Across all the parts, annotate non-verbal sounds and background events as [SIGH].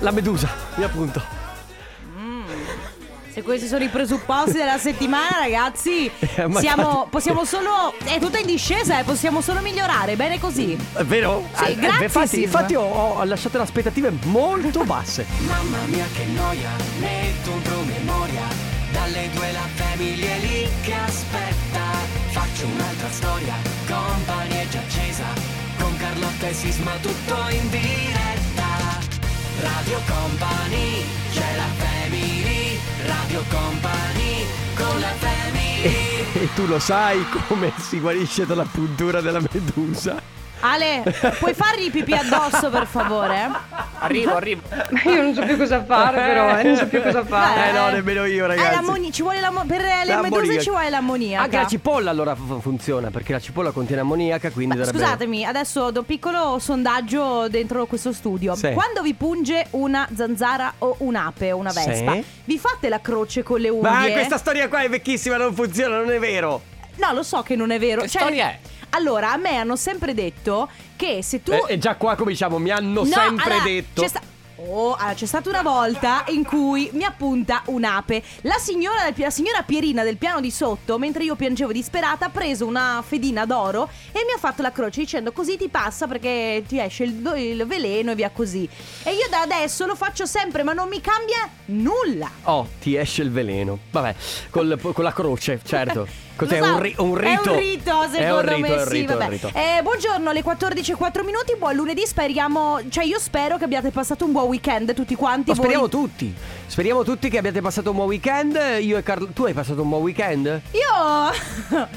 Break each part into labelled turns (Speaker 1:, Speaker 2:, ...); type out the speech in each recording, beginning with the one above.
Speaker 1: La medusa, mi appunto.
Speaker 2: Se questi sono i presupposti della settimana, ragazzi,
Speaker 1: [LAUGHS] Eh, ma
Speaker 2: siamo, possiamo solo. È tutta in discesa e possiamo solo migliorare. Bene così.
Speaker 1: È vero?
Speaker 2: Sì,
Speaker 1: Ah, eh,
Speaker 2: grazie,
Speaker 1: Infatti,
Speaker 2: Sisma.
Speaker 1: infatti ho, ho lasciato le aspettative molto basse.
Speaker 3: Mamma mia che noia, metto un promemoria Dalle due la famiglia è lì che aspetta Faccio un'altra storia, compagnia è già accesa Con Carlotta e Sisma tutto in diretta Radio Company, c'è la family Radio Company, con la family
Speaker 1: E tu lo sai come si guarisce dalla puntura della medusa?
Speaker 2: Ale, puoi fargli pipì addosso, per favore?
Speaker 4: Arrivo, arrivo.
Speaker 5: [LAUGHS] Io non so più cosa fare, però, eh, non so più cosa fare.
Speaker 1: Eh,
Speaker 2: Eh,
Speaker 1: no, nemmeno io,
Speaker 2: Eh,
Speaker 1: ragazzi.
Speaker 2: l'ammoni- ci vuole l'ammo- per le meduse
Speaker 1: L'ammoniaca.
Speaker 2: ci vuole l'ammoniaca.
Speaker 1: Anche la cipolla allora f- funziona, perché la cipolla contiene ammoniaca,
Speaker 2: Ma
Speaker 1: quindi dovrebbe...
Speaker 2: Scusatemi, adesso do un piccolo sondaggio dentro questo studio.
Speaker 1: Sì.
Speaker 2: Quando vi punge una zanzara o un'ape o una
Speaker 1: Sì.
Speaker 2: vespa, vi fate la croce con le unghie?
Speaker 1: Ma questa storia qua è vecchissima, non funziona, non è vero.
Speaker 2: No, lo so che non è vero. Cioè,
Speaker 4: Che storia è?
Speaker 2: Allora, a me hanno sempre detto che se tu...
Speaker 1: Eh, E già qua cominciamo, mi hanno
Speaker 2: No,
Speaker 1: sempre
Speaker 2: allora,
Speaker 1: detto.
Speaker 2: C'è sta- Oh, allora, c'è stata una volta in cui mi appunta un'ape. La signora, del pi- la signora Pierina del piano di sotto, mentre io piangevo disperata, ha preso una fedina d'oro e mi ha fatto la croce dicendo così ti passa perché ti esce il, do- il veleno e via così. E io da adesso lo faccio sempre, ma non mi cambia nulla.
Speaker 1: Oh, ti esce il veleno. Vabbè, col- con la croce, certo. Cos'è?
Speaker 2: Lo so,
Speaker 1: un, ri- un
Speaker 2: è
Speaker 1: rito.
Speaker 2: un rito, secondo
Speaker 1: È un rito,
Speaker 2: me.
Speaker 1: è un
Speaker 2: sì,
Speaker 1: rito, è un
Speaker 2: vabbè.
Speaker 1: rito.
Speaker 2: Eh, buongiorno, alle 14.04 minuti. Buon lunedì. Speriamo, cioè, io spero che abbiate passato un buon weekend tutti quanti.
Speaker 1: Lo
Speaker 2: voi.
Speaker 1: Oh, speriamo tutti. Speriamo tutti che abbiate passato un buon weekend. Io e Carlo. Tu hai passato un buon weekend?
Speaker 2: Io.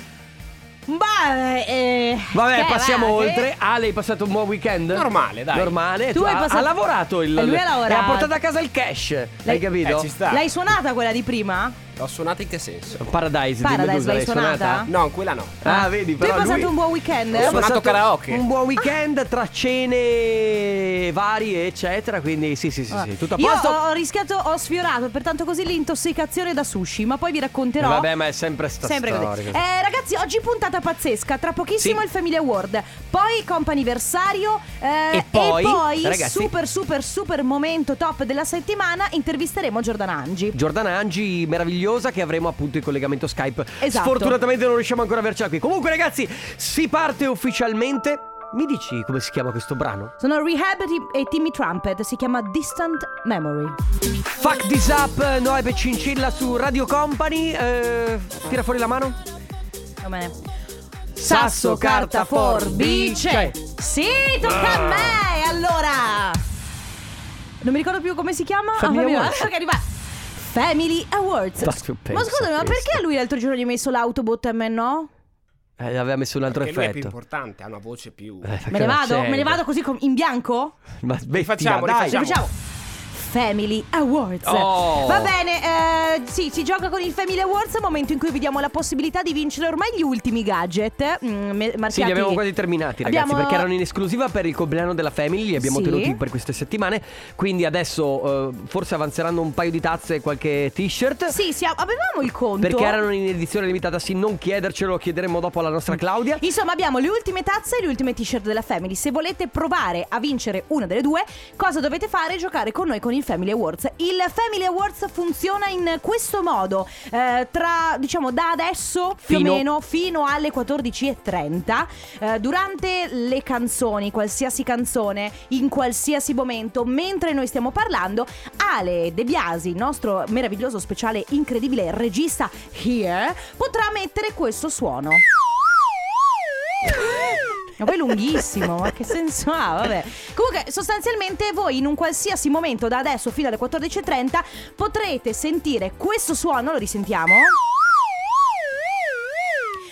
Speaker 2: Bah, eh,
Speaker 1: Vabbè,
Speaker 2: che eh?
Speaker 1: passiamo
Speaker 2: va, che-
Speaker 1: oltre. Ale, hai passato un buon weekend?
Speaker 4: Normale, dai.
Speaker 1: Normale.
Speaker 2: Tu hai
Speaker 1: ha-
Speaker 2: passato-
Speaker 1: Ha lavorato il.
Speaker 2: Eh, lui ha lavorato.
Speaker 1: E ha portato a casa il cash. Hai capito?
Speaker 4: Eh, ci sta.
Speaker 2: L'hai suonata quella di prima?
Speaker 4: L'ho suonata in che senso?
Speaker 1: Paradise, di
Speaker 2: Paradise,
Speaker 1: Medusa.
Speaker 2: l'hai
Speaker 1: L'hai
Speaker 2: suonata?
Speaker 1: suonata?
Speaker 4: No, quella no.
Speaker 1: Ah, vedi,
Speaker 2: Tu hai
Speaker 1: però.
Speaker 2: passato
Speaker 1: lui-
Speaker 2: un buon weekend?
Speaker 4: Ho
Speaker 1: Ho
Speaker 4: suonato
Speaker 1: passato
Speaker 4: karaoke.
Speaker 1: Un buon weekend tra cene varie, eccetera. Quindi, sì, sì, sì, sì. tutto a
Speaker 2: Io
Speaker 1: posto.
Speaker 2: ho rischiato, ho sfiorato, pertanto così l'intossicazione da sushi, ma poi vi racconterò.
Speaker 1: Vabbè, ma è sempre sta
Speaker 2: Sempre
Speaker 1: storia.
Speaker 2: così. Eh, ragazzi, oggi puntata pazzesca. Tra pochissimo
Speaker 1: Sì.
Speaker 2: il Family Award, poi comp'anniversario eh,
Speaker 1: E poi,
Speaker 2: e poi
Speaker 1: ragazzi-
Speaker 2: super, super, super momento top della settimana. Intervisteremo Giordana Angi.
Speaker 1: Giordana Angi meravigliosa che avremo appunto in collegamento Skype.
Speaker 2: Esatto.
Speaker 1: Sfortunatamente non riusciamo ancora a avercela qui. Comunque ragazzi, si parte ufficialmente. Mi dici come si chiama questo brano?
Speaker 2: Sono Rehab e Ti- e Timmy Trumpet, si chiama Distant Memory.
Speaker 1: Fuck this up, Noebe Cincilla su Radio Company. Eh, tira fuori la mano. Sasso, carta, forbice.
Speaker 2: Cioè, Sì,
Speaker 1: Ah.
Speaker 2: tocca a me. Allora. Non mi ricordo più come si chiama. Ah,
Speaker 1: Family
Speaker 2: Family
Speaker 1: Awards.
Speaker 2: Perché arriva. Family Awards.
Speaker 1: Ma
Speaker 2: Ma
Speaker 1: che pensa
Speaker 2: scusami, ma
Speaker 1: questo?
Speaker 2: perché lui l'altro giorno gli ha messo l'autobot e a me no?
Speaker 1: Eh, aveva messo un altro
Speaker 4: Perché lui è più
Speaker 1: effetto.
Speaker 4: importante, ha una voce più.
Speaker 1: Eh, perché
Speaker 2: Me ne
Speaker 1: non
Speaker 2: vado?
Speaker 1: c'è.
Speaker 2: Me ne vado così com- in bianco?
Speaker 1: Ma smettila,
Speaker 4: Rifacciamo,
Speaker 1: dai.
Speaker 4: rifacciamo.
Speaker 2: Facciamo. Family Awards.
Speaker 1: Oh.
Speaker 2: Va bene, eh, sì, si gioca con il Family Awards, momento in cui vi diamo la possibilità di vincere ormai gli ultimi gadget. mm, me- marchiati.
Speaker 1: Sì, li abbiamo quasi terminati, ragazzi,
Speaker 2: Abbiamo-
Speaker 1: perché erano in esclusiva per il compleanno della Family, li abbiamo
Speaker 2: Sì.
Speaker 1: tenuti per queste settimane. Quindi adesso eh, forse avanzeranno un paio di tazze e qualche t-shirt.
Speaker 2: Sì, sì, avevamo il conto.
Speaker 1: Perché erano in edizione limitata, sì, non chiedercelo, lo chiederemo dopo alla nostra Claudia.
Speaker 2: Insomma, abbiamo le ultime tazze e le ultime t-shirt della Family. Se volete provare a vincere una delle due, cosa dovete fare? Giocare con noi con il Family Awards. Il Family Awards funziona in questo modo: Eh, tra diciamo da adesso più
Speaker 1: Fino-
Speaker 2: o meno fino alle 14.30, eh, durante le canzoni, qualsiasi canzone, in qualsiasi momento, mentre noi stiamo parlando, Ale De Biasi, il nostro meraviglioso speciale incredibile regista here, potrà mettere questo suono. Ma poi è lunghissimo, ma che senso ha? Vabbè. Comunque, sostanzialmente voi in un qualsiasi momento da adesso fino alle 14.30 potrete sentire questo suono, lo risentiamo.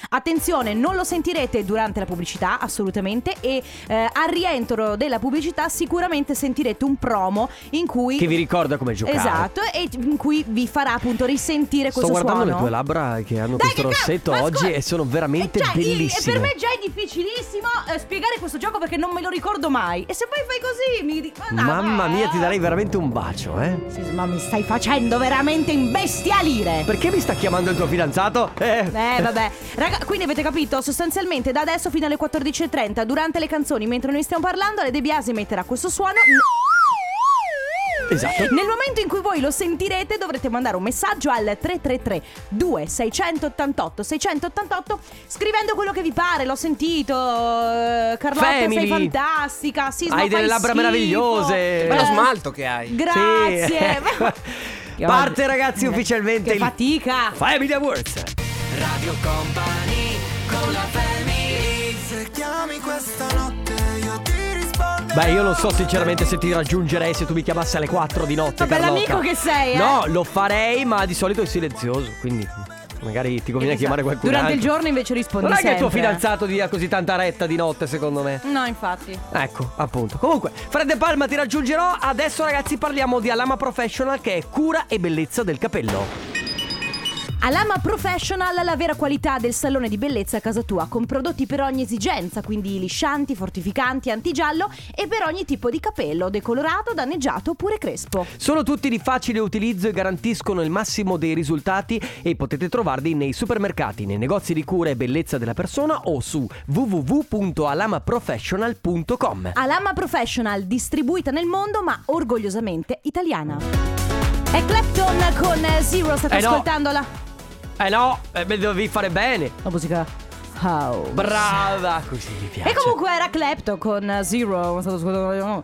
Speaker 2: Attenzione, non lo sentirete durante la pubblicità, assolutamente, e eh, al rientro della pubblicità sicuramente sentirete un promo in cui...
Speaker 1: Che vi ricorda come giocare.
Speaker 2: Esatto, e in cui vi farà appunto risentire
Speaker 1: Sto
Speaker 2: questo
Speaker 1: guardando
Speaker 2: suono.
Speaker 1: le tue labbra che hanno
Speaker 2: Dai,
Speaker 1: questo
Speaker 2: che ca-
Speaker 1: rossetto
Speaker 2: ma
Speaker 1: oggi
Speaker 2: scusa-
Speaker 1: e sono veramente
Speaker 2: Eh, cioè, io- e
Speaker 1: bellissime.
Speaker 2: per me già è difficilissimo eh, spiegare questo gioco perché non me lo ricordo mai. E se poi fai così mi dici.
Speaker 1: Mamma mia, ti
Speaker 2: eh.
Speaker 1: darei veramente un bacio, eh.
Speaker 2: Ma mi stai facendo veramente imbestialire.
Speaker 1: Perché mi sta chiamando il tuo fidanzato? Eh.
Speaker 2: Eh vabbè, raga, quindi avete capito, sostanzialmente da adesso fino alle 14.30, durante le canzoni, mentre noi stiamo parlando, Ale De Biasi metterà questo suono.
Speaker 1: Esatto.
Speaker 2: Nel momento in cui voi lo sentirete dovrete mandare un messaggio al 333 2688 688 scrivendo quello che vi pare, l'ho sentito, eh, Carlotta sei
Speaker 1: Family.
Speaker 2: fantastica, Sisma
Speaker 1: Hai
Speaker 2: fai
Speaker 1: delle labbra
Speaker 2: schifo.
Speaker 1: meravigliose.
Speaker 4: Ma lo
Speaker 1: Eh.
Speaker 4: smalto che hai.
Speaker 1: Sì.
Speaker 2: Grazie.
Speaker 1: [LAUGHS] Parte ragazzi ufficialmente
Speaker 2: Che
Speaker 1: il
Speaker 2: fatica.
Speaker 1: Family Awards.
Speaker 3: Radio Company con la family
Speaker 6: Se chiami questa notte io ti rispondo
Speaker 1: Beh, io non so sinceramente se ti raggiungerei se tu mi chiamassi alle 4 di notte.
Speaker 2: Vabbè,
Speaker 1: Carlotta.
Speaker 2: l'amico che sei, eh.
Speaker 1: No, lo farei, ma di solito è silenzioso, quindi magari ti conviene
Speaker 2: Esatto.
Speaker 1: chiamare qualcuno.
Speaker 2: Durante il
Speaker 1: altro.
Speaker 2: giorno invece rispondi
Speaker 1: Non è che il tuo
Speaker 2: sempre. eh.
Speaker 1: fidanzato dia così tanta retta di notte, secondo me.
Speaker 2: No, infatti.
Speaker 1: Ecco, appunto. Comunque, Fred De Palma ti raggiungerò. Adesso, ragazzi, parliamo di Alama Professional, che è cura e bellezza del capello.
Speaker 2: Alama Professional, la vera qualità del salone di bellezza a casa tua, con prodotti per ogni esigenza, quindi liscianti, fortificanti, antigiallo e per ogni tipo di capello, decolorato, danneggiato oppure crespo.
Speaker 1: Sono tutti di facile utilizzo e garantiscono il massimo dei risultati e potete trovarli nei supermercati, nei negozi di cura e bellezza della persona o su www.alamaprofessional.com.
Speaker 2: Alama Professional, distribuita nel mondo ma orgogliosamente italiana. È Clapton con Zero, state
Speaker 1: Eh no.
Speaker 2: ascoltandola.
Speaker 1: Eh no, eh, beh, devi fare bene.
Speaker 2: La musica house.
Speaker 1: Brava, così mi piace.
Speaker 2: E comunque era Klepto con Zero. Stato scusato.
Speaker 1: La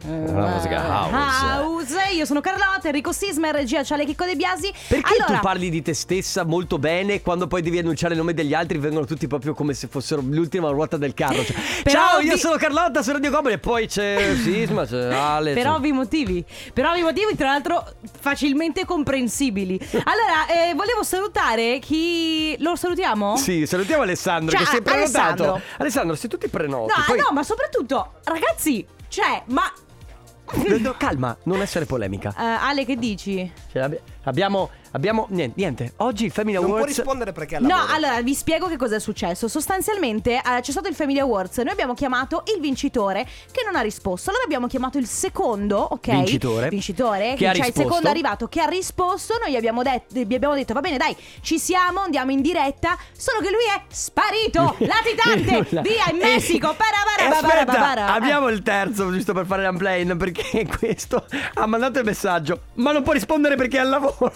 Speaker 1: musica house.
Speaker 2: eh, House. Io sono Carlotta, Enrico Sisma, in regia Ciale Chicco De Biasi.
Speaker 1: Perché
Speaker 2: allora,
Speaker 1: tu parli di te stessa molto bene quando poi devi annunciare il nome degli altri vengono tutti proprio come se fossero l'ultima ruota del carro? Cioè,
Speaker 2: Però
Speaker 1: ciao, io
Speaker 2: vi-
Speaker 1: sono Carlotta, sono Radio Company e poi c'è Sisma, c'è
Speaker 2: [LAUGHS]
Speaker 1: Ale.
Speaker 2: Per
Speaker 1: c'è-
Speaker 2: ovvi motivi, per ovvi motivi tra l'altro facilmente comprensibili. Allora, eh, volevo salutare chi... Lo salutiamo?
Speaker 1: Sì, salutiamo Alessandro
Speaker 2: Cioè,
Speaker 1: che sei prenotato.
Speaker 2: Alessandro.
Speaker 1: Alessandro, se tu ti
Speaker 2: No,
Speaker 1: prenoti,
Speaker 2: ah,
Speaker 1: poi
Speaker 2: no, ma soprattutto, ragazzi, cioè, ma...
Speaker 1: No, no, calma, non essere polemica.
Speaker 2: Eh, Ale, che dici?
Speaker 1: Ce l'abbi- abbiamo abbiamo niente, niente. Oggi il Family
Speaker 4: Non può
Speaker 1: Awards
Speaker 4: rispondere perché è al
Speaker 2: No,
Speaker 4: lavoro.
Speaker 2: allora vi spiego che cosa è successo. Sostanzialmente eh, c'è stato il Family Awards. Noi abbiamo chiamato il vincitore che non ha risposto. Allora abbiamo chiamato il secondo, ok?
Speaker 1: Vincitore.
Speaker 2: Vincitore,
Speaker 1: Che
Speaker 2: che
Speaker 1: ha
Speaker 2: cioè il
Speaker 1: risposto.
Speaker 2: secondo arrivato che ha risposto. Noi gli abbiamo, detto, gli abbiamo detto, va bene, dai, ci siamo, andiamo in diretta. Solo che lui è
Speaker 1: [LAUGHS]
Speaker 2: sparito, latitante, via in Messico.
Speaker 1: E
Speaker 2: Parabara,
Speaker 1: Eh, aspetta,
Speaker 2: babara, babara.
Speaker 1: abbiamo il terzo giusto per fare l'unplane perché [LAUGHS] questo ha mandato il messaggio ma non può rispondere perché è al lavoro.
Speaker 2: Eh,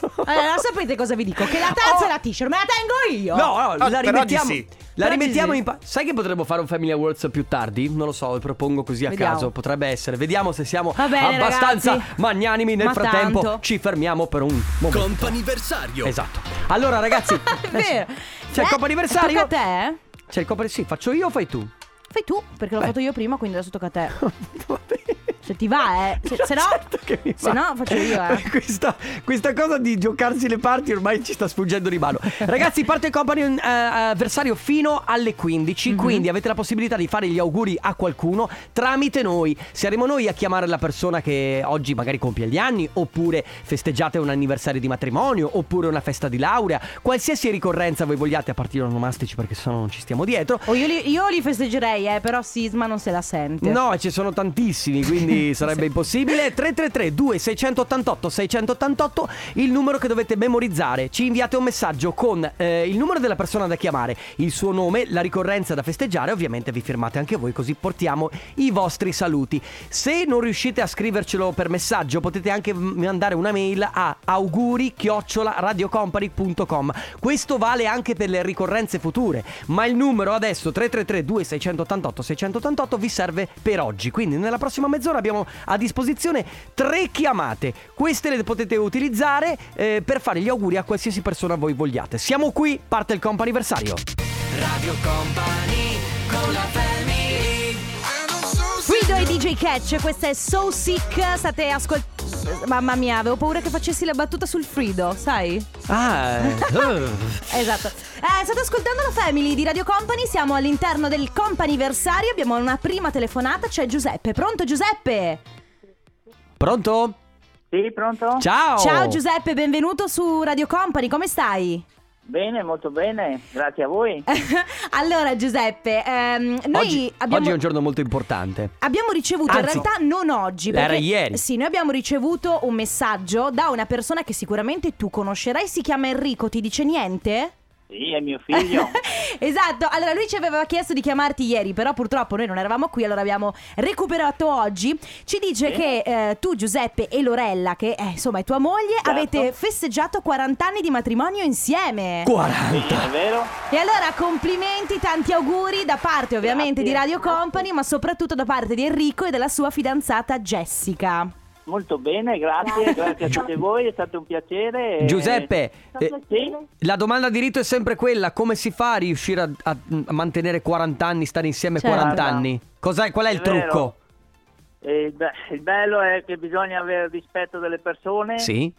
Speaker 2: Allora, sapete cosa vi dico? Che la tazza
Speaker 1: Oh.
Speaker 2: e la t-shirt me la tengo io.
Speaker 1: No, no,
Speaker 4: Ah,
Speaker 1: la
Speaker 4: per oggi
Speaker 1: rimettiamo.
Speaker 4: sì.
Speaker 1: La
Speaker 2: Per oggi
Speaker 1: rimettiamo
Speaker 2: sì.
Speaker 1: in pa- Sai che potremmo fare un Family Awards più tardi? Non lo so, vi propongo così a
Speaker 2: Vediamo.
Speaker 1: caso. Potrebbe essere. Vediamo se siamo
Speaker 2: Va bene,
Speaker 1: abbastanza
Speaker 2: ragazzi.
Speaker 1: magnanimi. Nel
Speaker 2: Ma
Speaker 1: frattempo
Speaker 2: tanto.
Speaker 1: ci fermiamo per un momento.
Speaker 3: Comp'anniversario
Speaker 1: Esatto. Allora, ragazzi,
Speaker 2: [LAUGHS] È vero.
Speaker 1: c'è il
Speaker 2: Beh,
Speaker 1: copo anniversario.
Speaker 2: Tocca a te. eh?
Speaker 1: C'è il copo Sì, faccio io o fai
Speaker 2: [LAUGHS]
Speaker 1: tu? [LAUGHS]
Speaker 2: Fai tu, perché l'ho
Speaker 1: Beh.
Speaker 2: fatto io prima, quindi adesso tocca
Speaker 1: [LAUGHS]
Speaker 2: a te.
Speaker 1: Va bene.
Speaker 2: Se ti va, eh. Se, se no,
Speaker 1: Certo che mi
Speaker 2: se
Speaker 1: va.
Speaker 2: no, faccio
Speaker 1: [LAUGHS]
Speaker 2: io, eh.
Speaker 1: Questa, questa cosa di giocarsi le parti ormai ci sta sfuggendo di mano. Ragazzi, parte il company eh, avversario fino alle 15.
Speaker 2: Mhm.
Speaker 1: Quindi avete la possibilità di fare gli auguri a qualcuno tramite noi. Saremo noi a chiamare la persona che oggi magari compie gli anni, oppure festeggiate un anniversario di matrimonio, oppure una festa di laurea. Qualsiasi ricorrenza voi vogliate, a partire da onomastici perché sennò non ci stiamo dietro.
Speaker 2: Oh, io, li, io li festeggerei, eh, però Sisma non se la sente.
Speaker 1: No, ci sono tantissimi, quindi sarebbe impossibile. 333 2688 688 il numero che dovete memorizzare. Ci inviate un messaggio con eh, il numero della persona da chiamare, il suo nome, la ricorrenza da festeggiare, ovviamente vi firmate anche voi così portiamo i vostri saluti. Se non riuscite a scrivercelo per messaggio, potete anche m- mandare una mail a auguri@radiocompany.com. Questo vale anche per le ricorrenze future, ma il numero adesso 333 2688 688 vi serve per oggi. Quindi nella prossima mezz'ora abbiamo a disposizione tre chiamate. Queste le potete utilizzare eh, per fare gli auguri a qualsiasi persona voi vogliate. Siamo qui, parte il comp anniversario.
Speaker 3: Radio Company con la family
Speaker 2: Guido e DJ Catch, questa è So Sick. State ascoltando. Mamma mia, avevo paura che facessi la battuta sul Frido, sai?
Speaker 1: Ah, [LAUGHS]
Speaker 2: Esatto. Eh, state ascoltando la Family di Radio Company, siamo all'interno del companiversario, abbiamo una prima telefonata, c'è Giuseppe. Pronto Giuseppe?
Speaker 1: pronto?
Speaker 7: Sì, pronto?
Speaker 1: Ciao!
Speaker 2: Ciao Giuseppe, benvenuto su Radio Company, come stai?
Speaker 7: Bene, molto bene, grazie a voi.
Speaker 1: Eh.
Speaker 2: allora Giuseppe, ehm, noi
Speaker 1: Oggi,
Speaker 2: abbiamo...
Speaker 1: oggi è un giorno molto importante.
Speaker 2: Abbiamo ricevuto, in
Speaker 1: Anzi,
Speaker 2: realtà non oggi,
Speaker 1: era
Speaker 2: perché,
Speaker 1: ieri.
Speaker 2: Sì, noi abbiamo ricevuto un messaggio da una persona che sicuramente tu conoscerai, si chiama Enrico, ti dice niente?
Speaker 7: Sì, è mio figlio.
Speaker 2: [LAUGHS] esatto, allora lui ci aveva chiesto di chiamarti ieri, però purtroppo noi non eravamo qui, allora abbiamo recuperato oggi. Ci dice
Speaker 7: Sì.
Speaker 2: che eh, tu, Giuseppe e Lorella, che eh, insomma è tua moglie,
Speaker 7: Certo.
Speaker 2: avete festeggiato 40 anni di matrimonio insieme.
Speaker 1: 40.
Speaker 7: sì, è vero?
Speaker 2: e allora complimenti, tanti auguri da parte ovviamente di
Speaker 7: Grazie.
Speaker 2: Radio Company, ma soprattutto da parte di Enrico e della sua fidanzata Jessica.
Speaker 7: Molto bene, grazie, grazie a tutti voi, è stato un piacere. e-
Speaker 1: Giuseppe, eh,
Speaker 7: Sì?
Speaker 1: la domanda di rito è sempre quella: come si fa a riuscire a, a- a mantenere 40 anni, stare insieme
Speaker 2: Certo.
Speaker 1: 40 anni? Cos'è, qual è il
Speaker 7: È vero.
Speaker 1: trucco?
Speaker 7: Eh, il be- il bello è che bisogna avere rispetto delle persone
Speaker 1: Sì.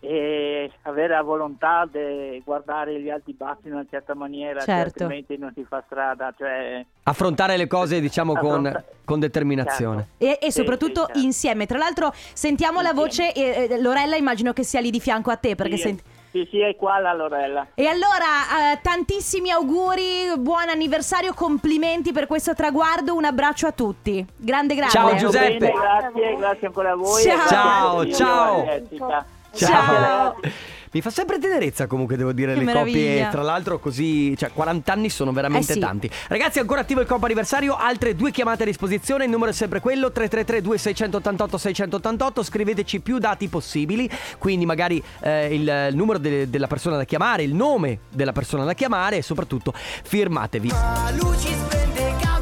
Speaker 7: e avere la volontà di guardare gli alti bassi in una certa maniera, cioè,
Speaker 2: Certo.
Speaker 7: altrimenti non si fa strada. Cioè,
Speaker 1: Affrontare le cose, diciamo, con,
Speaker 7: Affronta-
Speaker 1: con determinazione.
Speaker 7: Certo.
Speaker 2: E, e
Speaker 7: Sì,
Speaker 2: soprattutto
Speaker 7: sì, certo.
Speaker 2: insieme. Tra l'altro sentiamo la voce, eh, eh, Lorella immagino che sia lì di fianco a te perché
Speaker 7: sì,
Speaker 2: senti...
Speaker 7: sì, sì, è qua la Lorella.
Speaker 2: E allora, eh, tantissimi auguri, buon anniversario, complimenti per questo traguardo, un abbraccio a tutti. Grande grande.
Speaker 1: Ciao,
Speaker 7: Molto
Speaker 1: Giuseppe.
Speaker 7: Ah, bene, grazie, grazie ancora a voi. e
Speaker 2: Ciao.
Speaker 7: grazie a tutti,
Speaker 1: Ciao,
Speaker 7: e a Jessica.
Speaker 2: Ciao.
Speaker 1: [LAUGHS] Mi fa sempre tenerezza comunque devo dire
Speaker 2: Che
Speaker 1: le
Speaker 2: meraviglia.
Speaker 1: coppie Tra l'altro così Cioè 40 anni sono veramente
Speaker 2: Eh sì.
Speaker 1: tanti Ragazzi ancora attivo il compo anniversario Altre due chiamate a disposizione Il numero è sempre quello 333 2688 688 Scriveteci più dati possibili Quindi magari eh, il numero de- della persona da chiamare Il nome della persona da chiamare E soprattutto firmatevi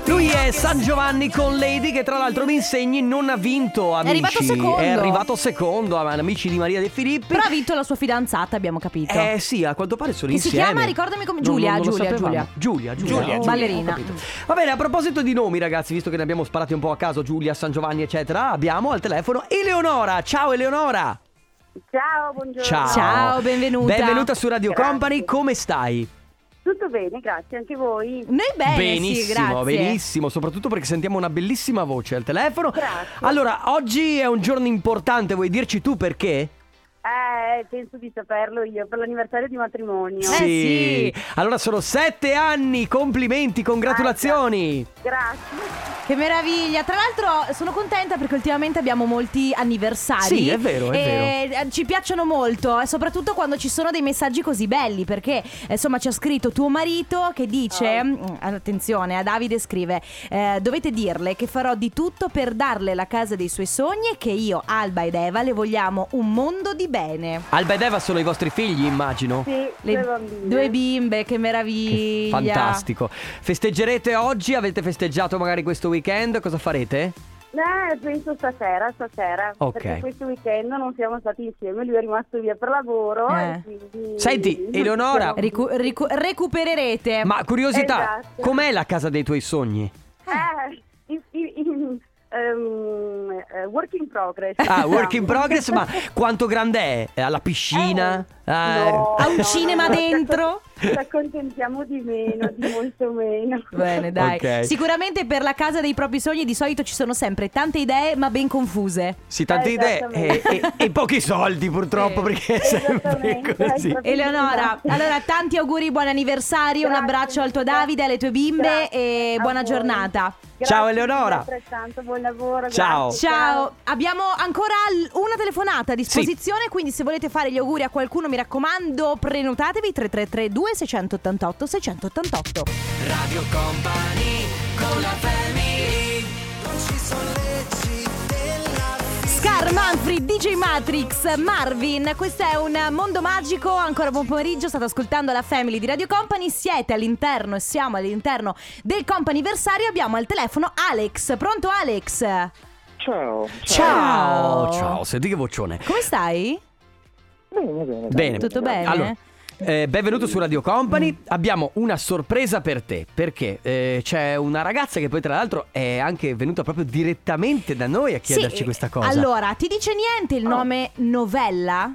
Speaker 1: lui è San Giovanni con Lady che tra l'altro mi insegni non ha vinto amici.
Speaker 2: arrivato secondo.
Speaker 1: È arrivato secondo, am- amici di Maria De Filippi.
Speaker 2: Però ha vinto la sua fidanzata, abbiamo capito.
Speaker 1: Eh sì, a quanto pare sono
Speaker 2: Che si
Speaker 1: insieme.
Speaker 2: chiama? Ricordami come-
Speaker 1: Non- non-
Speaker 2: Giulia,
Speaker 1: non lo
Speaker 2: Giulia,
Speaker 1: sapevamo.
Speaker 2: Giulia.
Speaker 1: Giulia, Giulia.
Speaker 4: Giulia,
Speaker 1: Oh,
Speaker 4: Giulia.
Speaker 2: Ballerina.
Speaker 1: ho capito. Va bene, a proposito di nomi ragazzi, visto che ne abbiamo sparati un po' a caso, Giulia, San Giovanni eccetera, abbiamo al telefono Eleonora. Ciao Eleonora.
Speaker 8: Ciao, buongiorno.
Speaker 1: Ciao.
Speaker 2: Ciao, benvenuta.
Speaker 1: Benvenuta su Radio
Speaker 8: Grazie.
Speaker 1: Company, come stai?
Speaker 8: Tutto bene, grazie, anche voi.
Speaker 2: Noi bene, sì,
Speaker 1: benissimo,
Speaker 2: grazie.
Speaker 1: benissimo, soprattutto perché sentiamo una bellissima voce al telefono.
Speaker 8: Grazie.
Speaker 1: Allora, oggi è un giorno importante, vuoi dirci tu perché?
Speaker 8: Eh, penso di saperlo io, per l'anniversario di matrimonio.
Speaker 2: sì.
Speaker 1: Allora sono sette anni, complimenti, congratulazioni.
Speaker 8: Grazie.
Speaker 2: Che meraviglia! Tra l'altro sono contenta perché ultimamente abbiamo molti anniversari.
Speaker 1: Sì, è vero, è
Speaker 2: e eh, Ci piacciono molto, eh, soprattutto quando ci sono dei messaggi così belli, perché eh, insomma c'è scritto tuo marito che dice,
Speaker 8: Oh.
Speaker 2: mm, attenzione, a Davide scrive, eh, dovete dirle che farò di tutto per darle la casa dei suoi sogni e che io, Alba ed Eva, le vogliamo un mondo di bene.
Speaker 1: Alba ed Eva sono i vostri figli, immagino.
Speaker 8: Sì,
Speaker 2: Le-
Speaker 8: due bambine.
Speaker 2: due bimbe, che
Speaker 1: Che
Speaker 2: meraviglia!
Speaker 1: Fantastico. Festeggerete oggi? Avete festeggiato magari questo weekend? Cosa farete?
Speaker 8: Eh, penso stasera, stasera.
Speaker 1: Ok.
Speaker 8: Perché questo weekend non siamo stati insieme, lui è rimasto via per lavoro.
Speaker 2: Eh.
Speaker 8: E quindi...
Speaker 1: Senti, Eleonora,
Speaker 2: Ricu- ricu- recupererete.
Speaker 1: Ma curiosità,
Speaker 8: Eh, Esatto.
Speaker 1: com'è la casa dei tuoi sogni?
Speaker 8: Eh, in, in- in- ehm, eh, work in progress. [LAUGHS]
Speaker 1: Ah, work in
Speaker 8: diciamo.
Speaker 1: progress, ma quanto grande è? È Alla piscina?
Speaker 8: Eh,
Speaker 1: Ah,
Speaker 8: no,
Speaker 2: Ha un
Speaker 8: no,
Speaker 2: cinema
Speaker 8: no, no, [LAUGHS]
Speaker 2: dentro?
Speaker 8: Ci accontentiamo di meno, di molto meno.
Speaker 2: Bene, dai.
Speaker 1: Ok.
Speaker 2: Sicuramente per la casa dei propri sogni di solito ci sono sempre tante idee, ma ben confuse.
Speaker 1: Sì, tante
Speaker 8: Eh,
Speaker 1: idee e,
Speaker 8: esattamente.
Speaker 1: e- e pochi soldi purtroppo
Speaker 2: Sì.
Speaker 1: perché è sempre
Speaker 8: Esattamente,
Speaker 1: così.
Speaker 8: hai
Speaker 2: Eleonora, allora tanti auguri, buon anniversario, un
Speaker 8: Grazie,
Speaker 2: abbraccio al tuo Davide, alle tue bimbe
Speaker 8: Grazie
Speaker 2: e
Speaker 8: a
Speaker 2: buona
Speaker 8: voi.
Speaker 2: giornata.
Speaker 1: Ciao,
Speaker 8: Grazie
Speaker 1: Eleonora.
Speaker 8: mille, Altrettanto, buon lavoro.
Speaker 1: Ciao.
Speaker 8: grazie,
Speaker 2: Ciao, abbiamo ancora l- una telefonata a disposizione, quindi se volete fare gli auguri a qualcuno mi raccomando prenotatevi 3332 688 688.
Speaker 3: Radio Company con la family
Speaker 2: Scar Manfred, DJ Matrix, Marvin, questo è un mondo magico, ancora buon pomeriggio, state ascoltando la Family di Radio Company, siete all'interno e siamo all'interno del comp'anniversario, abbiamo al telefono Alex, pronto Alex?
Speaker 9: Ciao.
Speaker 1: Ciao,
Speaker 2: Ciao.
Speaker 1: ciao, senti che vocione.
Speaker 2: Come stai?
Speaker 9: Bene, bene. dai.
Speaker 1: Bene.
Speaker 2: Tutto bene?
Speaker 1: Allora, eh, benvenuto su Radio Company. Abbiamo una sorpresa per te perché eh, c'è una ragazza che poi, tra l'altro, è anche venuta proprio direttamente da noi a chiederci
Speaker 2: Sì,
Speaker 1: questa cosa. Oh.
Speaker 2: Allora, ti dice niente il nome Novella?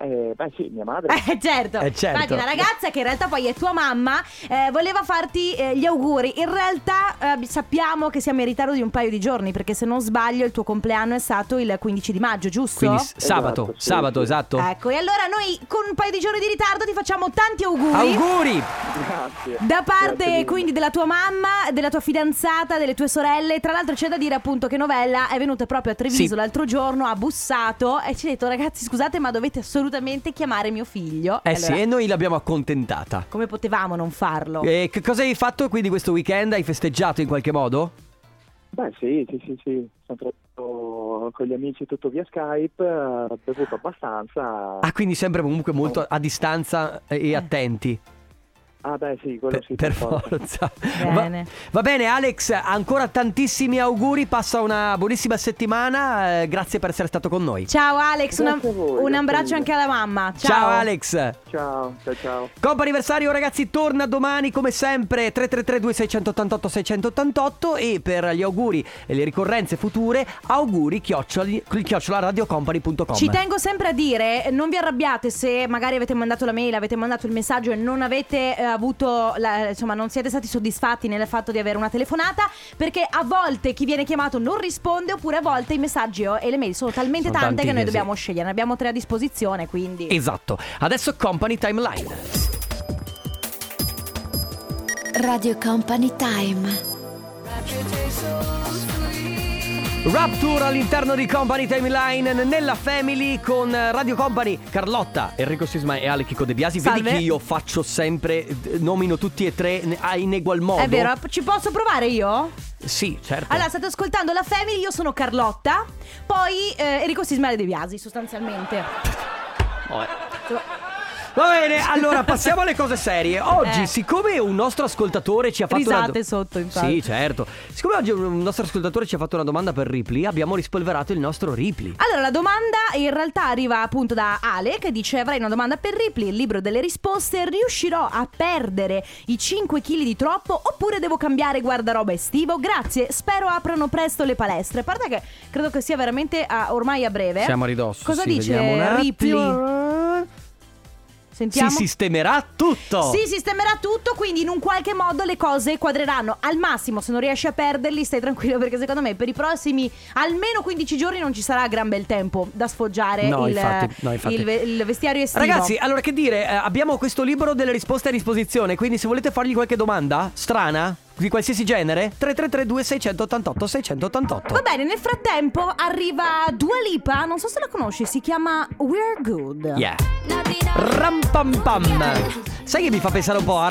Speaker 9: Eh, beh, sì, mia madre.
Speaker 2: Eh certo,
Speaker 1: Eh, certo.
Speaker 2: Infatti, una ragazza che in realtà poi è tua mamma eh, voleva farti eh, gli auguri. In realtà eh, sappiamo che siamo in ritardo di un paio di giorni perché se non sbaglio il tuo compleanno è stato il 15 di maggio, giusto?
Speaker 1: Quindi s- sabato,
Speaker 9: Esatto, sì,
Speaker 1: sabato,
Speaker 9: sì.
Speaker 1: esatto.
Speaker 2: Ecco, e allora noi con un paio di giorni di ritardo ti facciamo tanti auguri.
Speaker 1: Auguri!
Speaker 9: Grazie.
Speaker 1: Certo,
Speaker 9: Grazie
Speaker 2: Da parte
Speaker 9: mille.
Speaker 2: quindi della tua mamma, della tua fidanzata, delle tue sorelle. Tra l'altro c'è da dire appunto che Novella è venuta proprio a Treviso
Speaker 1: Sì.
Speaker 2: l'altro giorno, ha bussato e ci ha detto ragazzi scusate ma dovete assolutamente chiamare mio figlio.
Speaker 1: Eh
Speaker 2: Allora, Oh.
Speaker 1: sì, Eh, e noi l'abbiamo accontentata.
Speaker 2: Come potevamo non farlo?
Speaker 1: E che cosa hai fatto quindi questo weekend? Hai festeggiato in qualche modo?
Speaker 9: Beh sì, sì, sì, sì, sono troppo con gli amici tutto via Skype, eh, ho bevuto abbastanza.
Speaker 1: Ah, quindi sempre comunque molto a distanza eh, e attenti.
Speaker 9: Ah beh sì, quello
Speaker 1: Per,
Speaker 9: sì.
Speaker 1: per
Speaker 9: forza.
Speaker 1: forza.
Speaker 2: Bene.
Speaker 1: Va, va bene Alex, ancora tantissimi auguri, passa una buonissima settimana, eh, grazie per essere stato con noi.
Speaker 2: Ciao Alex, una-
Speaker 9: Grazie a voi,
Speaker 2: un
Speaker 9: grazie
Speaker 2: abbraccio
Speaker 9: mille.
Speaker 2: anche alla mamma. Ciao,
Speaker 1: Ciao Alex.
Speaker 9: Ciao, ciao, ciao.
Speaker 1: Compa anniversario ragazzi torna domani come sempre 333 2688 688 e per gli auguri e le ricorrenze future auguri chioccioli, chiocciola.radiocompany.com
Speaker 2: Ci tengo sempre a dire, eh, non vi arrabbiate se magari avete mandato la mail, avete mandato il messaggio e non avete eh, avuto, la- insomma, non siete stati soddisfatti nel fatto di avere una telefonata, perché a volte chi viene chiamato non risponde, oppure a volte i messaggi o- e le mail sono talmente
Speaker 1: Sono
Speaker 2: tante che
Speaker 1: tantine,
Speaker 2: noi
Speaker 1: sì.
Speaker 2: dobbiamo scegliere, ne abbiamo tre a disposizione, quindi...
Speaker 1: Esatto Adesso Company Timeline
Speaker 10: Radio Company Time.
Speaker 1: Rapture all'interno di Company Timeline nella Family con Radio Company Carlotta, Enrico Sisma e Ale Chico De Biasi. Vedi
Speaker 2: Salve.
Speaker 1: che io faccio sempre, eh, nomino tutti e tre ne- ah, in egual modo.
Speaker 2: È vero, ci posso provare io?
Speaker 1: Sì, certo.
Speaker 2: Allora, state ascoltando la Family, io sono Carlotta, poi eh, Enrico Sismale De Biasi, sostanzialmente.
Speaker 1: Va bene, allora passiamo alle cose serie. Oggi,
Speaker 2: [LAUGHS] Eh.
Speaker 1: siccome un nostro ascoltatore ci ha fatto una
Speaker 2: Risate sotto, infatti.
Speaker 1: Sì, certo. Siccome oggi un nostro ascoltatore ci ha fatto una domanda per Ripley, abbiamo rispolverato il nostro Ripley.
Speaker 2: Allora, la domanda in realtà arriva appunto da Ale che dice: Avrei una domanda per Ripley, il libro delle risposte. Riuscirò a perdere i 5 kg di troppo oppure devo cambiare guardaroba estivo? Grazie, spero aprano presto le palestre. A parte che credo che sia veramente a- ormai a breve. eh.
Speaker 1: Siamo a ridosso.
Speaker 2: Cosa
Speaker 1: sì,
Speaker 2: dice
Speaker 1: vediamo un attimo.
Speaker 2: Ripley?
Speaker 1: Si
Speaker 2: Sentiamo.
Speaker 1: sistemerà tutto.
Speaker 2: Si sistemerà tutto, quindi in un qualche modo le cose quadreranno. Al massimo, se non riesci a perderli, stai tranquillo perché secondo me per i prossimi almeno 15 giorni non ci sarà gran bel tempo da sfoggiare
Speaker 1: No,
Speaker 2: il,
Speaker 1: infatti, no, infatti.
Speaker 2: il ve- il vestiario estivo.
Speaker 1: Ragazzi, allora che dire, eh, abbiamo questo libro delle risposte a disposizione, quindi se volete fargli qualche domanda strana, di qualsiasi genere, 3332 688 688.
Speaker 2: Va bene, nel frattempo arriva Dua Lipa, non so se la conosci, si chiama We're Good.
Speaker 1: Yeah. Ram pam pam. Sai che mi fa pensare un po' a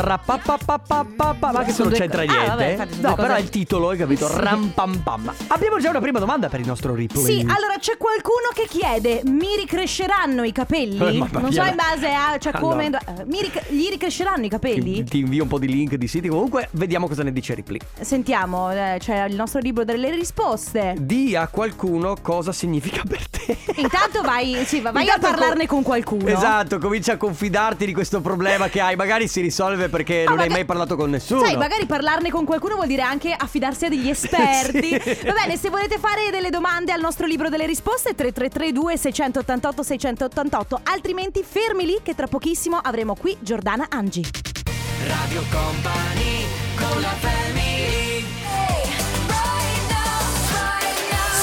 Speaker 1: rapapapapapapa, ma che se
Speaker 2: Sono
Speaker 1: non
Speaker 2: due
Speaker 1: c'entra
Speaker 2: co- Ah,
Speaker 1: niente.
Speaker 2: vabbè, infatti sono
Speaker 1: no,
Speaker 2: due
Speaker 1: però è
Speaker 2: cose-
Speaker 1: il titolo, hai capito?
Speaker 2: Sì.
Speaker 1: Ram pam pam. Abbiamo già una prima domanda per il nostro replay.
Speaker 2: Sì, allora c'è qualcuno che chiede: Mi ricresceranno i capelli?
Speaker 1: Eh, mamma
Speaker 2: non so
Speaker 1: mia.
Speaker 2: in base a. Cioè, come.
Speaker 1: Allora.
Speaker 2: eh, mi ric- gli ricresceranno i capelli?
Speaker 1: Ti, ti invio un po' di link di siti, comunque vediamo cosa ne dice Ripley.
Speaker 2: Sentiamo, eh, c'è il nostro libro delle risposte.
Speaker 1: Di a qualcuno cosa significa per te.
Speaker 2: Intanto vai, sì, va- vai
Speaker 1: Intanto
Speaker 2: a parlarne
Speaker 1: co-
Speaker 2: con qualcuno.
Speaker 1: Esatto, comincia a confidarti di questo problema che hai. Magari si risolve perché
Speaker 2: Ah,
Speaker 1: non hai
Speaker 2: maga-
Speaker 1: mai parlato con nessuno.
Speaker 2: Sai, magari parlarne con qualcuno vuol dire anche affidarsi a degli esperti.
Speaker 1: [LAUGHS] Sì.
Speaker 2: Va bene, se volete fare delle domande al nostro libro delle risposte, 3332 688 688. Altrimenti fermi lì che tra pochissimo avremo qui Giordana Angi.
Speaker 3: Radio Company con la family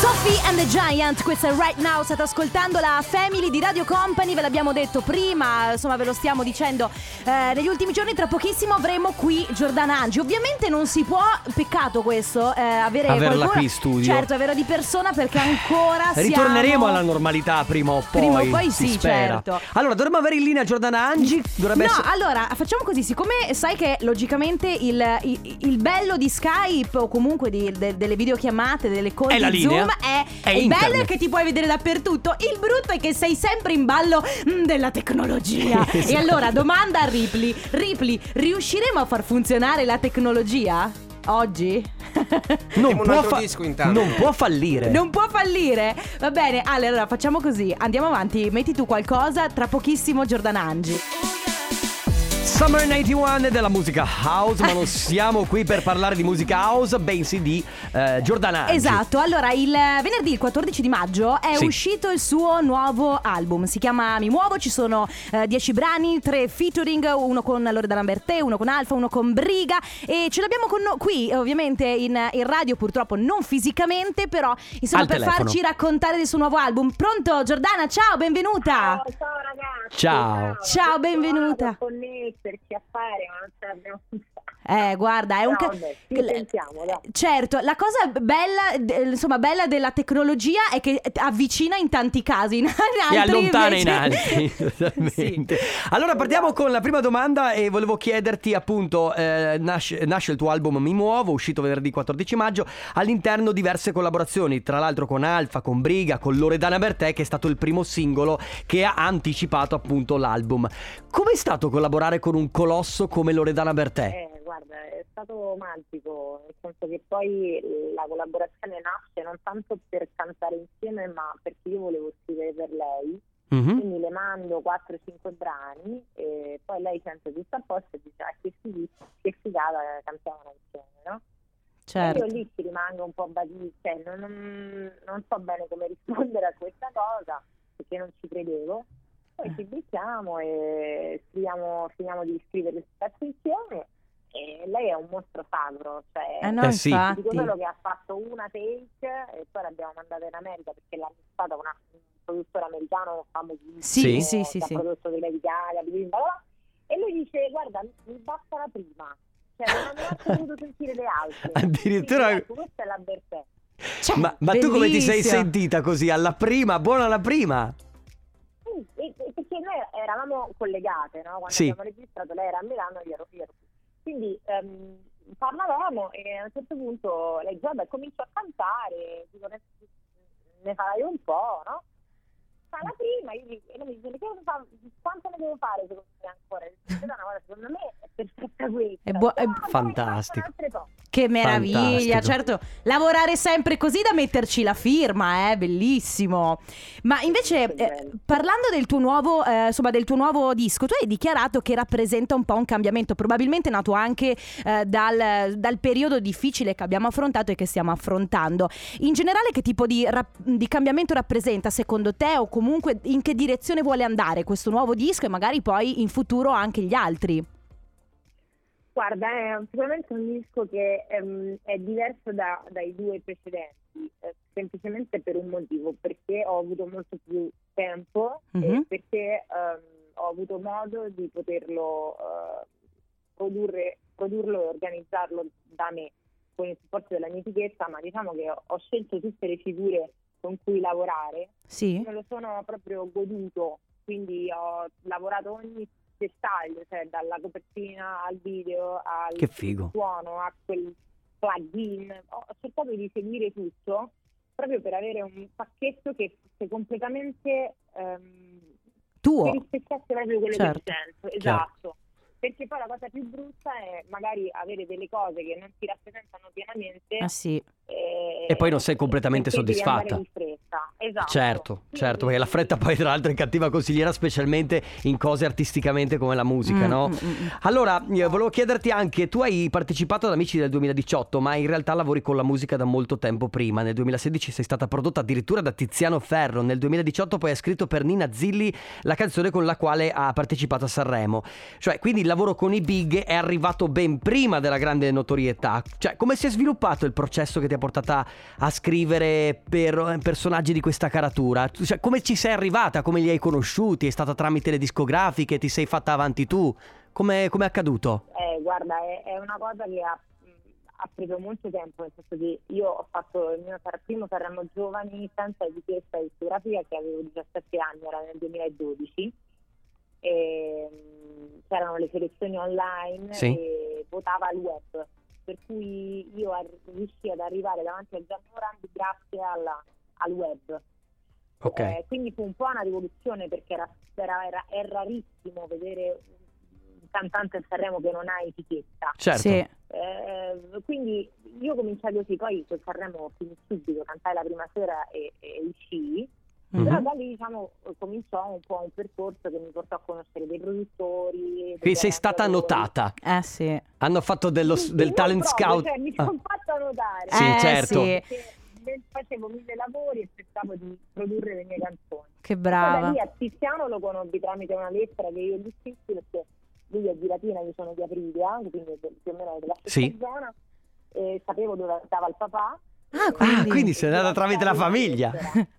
Speaker 2: Sophie and the Giant, questa è Right Now, state ascoltando la Family di Radio Company, ve l'abbiamo detto prima, insomma ve lo stiamo dicendo eh, negli ultimi giorni, tra pochissimo avremo qui Giordana Angi. Ovviamente non si può, peccato questo, eh, avere
Speaker 1: Averla
Speaker 2: qualcuno...
Speaker 1: qui in studio.
Speaker 2: Certo, averla di persona perché ancora siamo...
Speaker 1: Ritorneremo alla normalità prima o poi.
Speaker 2: Prima o poi
Speaker 1: si
Speaker 2: sì,
Speaker 1: spera.
Speaker 2: certo.
Speaker 1: Allora, dovremmo avere in linea Giordana Angi. Dovrebbe
Speaker 2: No, ah,
Speaker 1: essere.
Speaker 2: allora facciamo così, siccome sai che logicamente il, il- il bello di Skype o comunque di- de- delle videochiamate, delle call
Speaker 1: È
Speaker 2: di
Speaker 1: la linea.
Speaker 2: Zoom è,
Speaker 1: È
Speaker 2: il
Speaker 1: internet.
Speaker 2: bello è che ti puoi vedere dappertutto, il brutto è che sei sempre in ballo mm,
Speaker 1: [LAUGHS]
Speaker 2: della tecnologia. E allora domanda a Ripley, Ripley, riusciremo a far funzionare la tecnologia? Oggi?
Speaker 1: non,
Speaker 4: Mettiamo un
Speaker 1: può
Speaker 4: altro disco intanto.
Speaker 1: non può fallire.
Speaker 2: Non può fallire. Va bene, Ale, allora facciamo così. Andiamo avanti. Metti tu qualcosa, tra pochissimo Giordana Angi.
Speaker 1: Summer 91 della musica house,
Speaker 2: [LAUGHS]
Speaker 1: ma non siamo qui per parlare di musica house, bensì di eh, Giordana Angi.
Speaker 2: Esatto, allora il venerdì il 14 di maggio è
Speaker 1: Sì.
Speaker 2: uscito il suo nuovo album, si chiama Mi Muovo, ci sono eh, 10 brani, 3 featuring, uno con Loredana Bertè, uno con Alfa, uno con Briga e ce l'abbiamo con noi qui ovviamente in, in radio purtroppo non fisicamente però insomma
Speaker 1: Al
Speaker 2: per
Speaker 1: telefono.
Speaker 2: farci raccontare del suo nuovo album. Pronto Giordana, ciao, benvenuta!
Speaker 8: ciao ragazzi.
Speaker 1: Ciao.
Speaker 2: Ciao, benvenuta.
Speaker 8: Connetterci a fare, ma non ce l'abbiamo più fatta.
Speaker 2: Eh, guarda, è un
Speaker 8: No,
Speaker 2: ca-
Speaker 8: vabbè, ci pensiamo, dai.
Speaker 2: Certo, la cosa bella, d- insomma, bella della tecnologia è che eh, avvicina in tanti casi, in [LAUGHS] altri
Speaker 1: E allontana in
Speaker 2: invece- [LAUGHS]
Speaker 1: altri, [LAUGHS] totalmente. Allora partiamo con la prima domanda e volevo chiederti appunto, eh, nasce, nasce il tuo album Mi Muovo, uscito venerdì 14 maggio, all'interno diverse collaborazioni, tra l'altro con Alfa, con Briga, con Loredana Bertè che è stato il primo singolo che ha anticipato appunto l'album. Com'è stato collaborare con un colosso come Loredana Bertè?
Speaker 8: Eh, guarda, è stato magico, nel senso che poi la collaborazione nasce non tanto per cantare insieme, ma perché io volevo scrivere per lei,
Speaker 1: Mhm.
Speaker 8: quindi le mando 4-5 brani e poi lei sente tutto a posto e dice ah, che, fighi- che figata eh, cantiamola insieme, no?
Speaker 2: Certo.
Speaker 8: Io lì ci rimango un po' badì, cioè non, non- non so bene come [LAUGHS] rispondere a questa cosa perché non ci credevo. Poi ci becchiamo e scriviamo, finiamo di scrivere il pezzo insieme e lei è un mostro sacro, cioè
Speaker 2: Eh no,
Speaker 1: Eh sì.
Speaker 2: infatti.
Speaker 8: dico solo che ha fatto una take e poi l'abbiamo mandata in America perché l'ha stata una, un produttore americano famosissimo
Speaker 2: Sì,
Speaker 1: Sì.
Speaker 2: sì, sì,
Speaker 8: che ha
Speaker 2: sì.
Speaker 8: prodotto delle Italia, bla, bla, bla. e lui dice guarda mi basta la prima cioè non ho neanche potuto sentire le altre
Speaker 1: Addirittura-
Speaker 8: Quindi, ecco, questa è la Bertè
Speaker 2: Cioè,
Speaker 1: Ma, ma tu come ti sei
Speaker 2: bellissimo.
Speaker 1: sentita così alla prima, buona alla prima?
Speaker 8: Sì, e- e perché noi eravamo collegate no? quando
Speaker 1: Sì.
Speaker 8: abbiamo registrato lei era a Milano e io ero, io ero qui quindi ehm, parlavamo e a un certo punto lei dice vabbè comincio a cantare dico, ne, ne farai un po' no? fa la prima io dico, e lei mi dice "Che ne fa- quanto ne devo fare secondo te ancora? Dico, "No, no, guarda, secondo me è perfetta questa
Speaker 2: È buo- è-
Speaker 8: Però poi
Speaker 1: Fantastico.
Speaker 8: ci sono altre cose.
Speaker 2: Che meraviglia,
Speaker 1: Fantastico.
Speaker 2: certo. Lavorare sempre così da metterci la firma, eh, bellissimo. Ma invece,
Speaker 8: Che bello.
Speaker 2: eh, parlando del tuo, nuovo, eh, insomma, del tuo nuovo disco, tu hai dichiarato che rappresenta un po' un cambiamento, probabilmente nato anche eh, dal, dal periodo difficile che abbiamo affrontato e che stiamo affrontando. In generale, che tipo di, rap- di cambiamento rappresenta secondo te o comunque in che direzione vuole andare questo nuovo disco e magari poi in futuro anche gli altri?
Speaker 8: Guarda, è sicuramente un disco che ehm, è diverso da- dai due precedenti, eh, semplicemente per un motivo, perché ho avuto molto più tempo
Speaker 2: Mhm.
Speaker 8: e perché ehm, ho avuto modo di poterlo eh, produrre, produrlo e organizzarlo da me con il supporto della mia etichetta, ma diciamo che ho- ho scelto tutte le figure con cui lavorare
Speaker 2: Sì.
Speaker 8: me lo sono proprio goduto, quindi ho lavorato ogni dettaglio, cioè dalla copertina al video al
Speaker 1: Che figo.
Speaker 8: suono a quel plugin, ho ho cercato di seguire tutto proprio per avere un pacchetto che fosse completamente ehm, che
Speaker 2: Tuo.
Speaker 8: rispettasse proprio quello
Speaker 2: Certo.
Speaker 8: che
Speaker 1: Chiaro.
Speaker 8: sento, esatto. Perché poi la cosa più brutta è magari avere delle cose che non ti rappresentano pienamente
Speaker 2: Ah sì.
Speaker 8: eh,
Speaker 1: E poi non sei completamente
Speaker 8: perché devi andare
Speaker 1: soddisfatta.
Speaker 8: di fretta. Esatto.
Speaker 1: Certo, certo,
Speaker 8: Quindi-
Speaker 1: perché la fretta poi tra l'altro è cattiva consigliera, specialmente in cose artisticamente come la musica,
Speaker 2: Mm,
Speaker 1: no?
Speaker 2: mm, mm, mm.
Speaker 1: Allora, eh, volevo chiederti anche, tu hai partecipato ad Amici del 2018, ma in realtà lavori con la musica da molto tempo prima. Nel 2016 sei stata prodotta addirittura da Tiziano Ferro, nel 2018 poi hai scritto per Nina Zilli la canzone con la quale ha partecipato a Sanremo. Cioè, quindi il lavoro con i big è arrivato ben prima della grande notorietà. Cioè, come si è sviluppato il processo che ti ha portata a scrivere per eh, personaggi di questa caratura? Cioè, come ci sei arrivata? Come li hai conosciuti? È stata tramite le discografiche? Ti sei fatta avanti tu? Come come è accaduto?
Speaker 8: Eh, guarda, è, è una cosa che ha, mh, ha preso molto tempo, nel senso che io ho fatto il mio sar- primo Sanremo Giovani senza etichetta discografica che avevo 17 anni, era nel 2012. E, mh, Ehm, c'erano le selezioni online
Speaker 1: Sì.
Speaker 8: e votava il web, per cui io ar- riuscii ad arrivare davanti a Gianni Morandi grazie alla- al web.
Speaker 1: Ok.
Speaker 8: Eh, quindi fu un po' una rivoluzione perché era, era- era- è rarissimo vedere un cantante a Sanremo che non ha etichetta.
Speaker 1: Certo.
Speaker 2: Sì.
Speaker 8: Eh, quindi io cominciai così, poi col Sanremo finì subito, cantai la prima sera e, e uscii.
Speaker 1: Mhm.
Speaker 8: Però da lì diciamo cominciò un po' un percorso che mi portò a conoscere dei produttori.
Speaker 1: Quindi sei stata notata.
Speaker 2: Eh sì.
Speaker 1: Hanno fatto dello-
Speaker 8: Sì, sì,
Speaker 1: del
Speaker 8: non
Speaker 1: talent
Speaker 8: proprio,
Speaker 1: scout.
Speaker 8: cioè, mi
Speaker 1: Ah,
Speaker 8: sono fatta notare.
Speaker 1: Sì,
Speaker 2: Eh,
Speaker 1: certo.
Speaker 2: sì.
Speaker 8: Perché nel- facevo mille lavori e cercavo di produrre le mie canzoni.
Speaker 2: Che
Speaker 8: Poi
Speaker 2: brava.
Speaker 8: da lì a Tiziano lo conobbi tramite una lettera che io gli scrissi perché lui è di Latina, io sono di Aprilia, quindi del- più o meno della stessa
Speaker 1: Sì.
Speaker 8: zona, e sapevo dove stava il papà.
Speaker 2: Ah,
Speaker 8: E-
Speaker 2: quindi-
Speaker 1: Ah, quindi sei andata tramite la famiglia.
Speaker 2: [LAUGHS]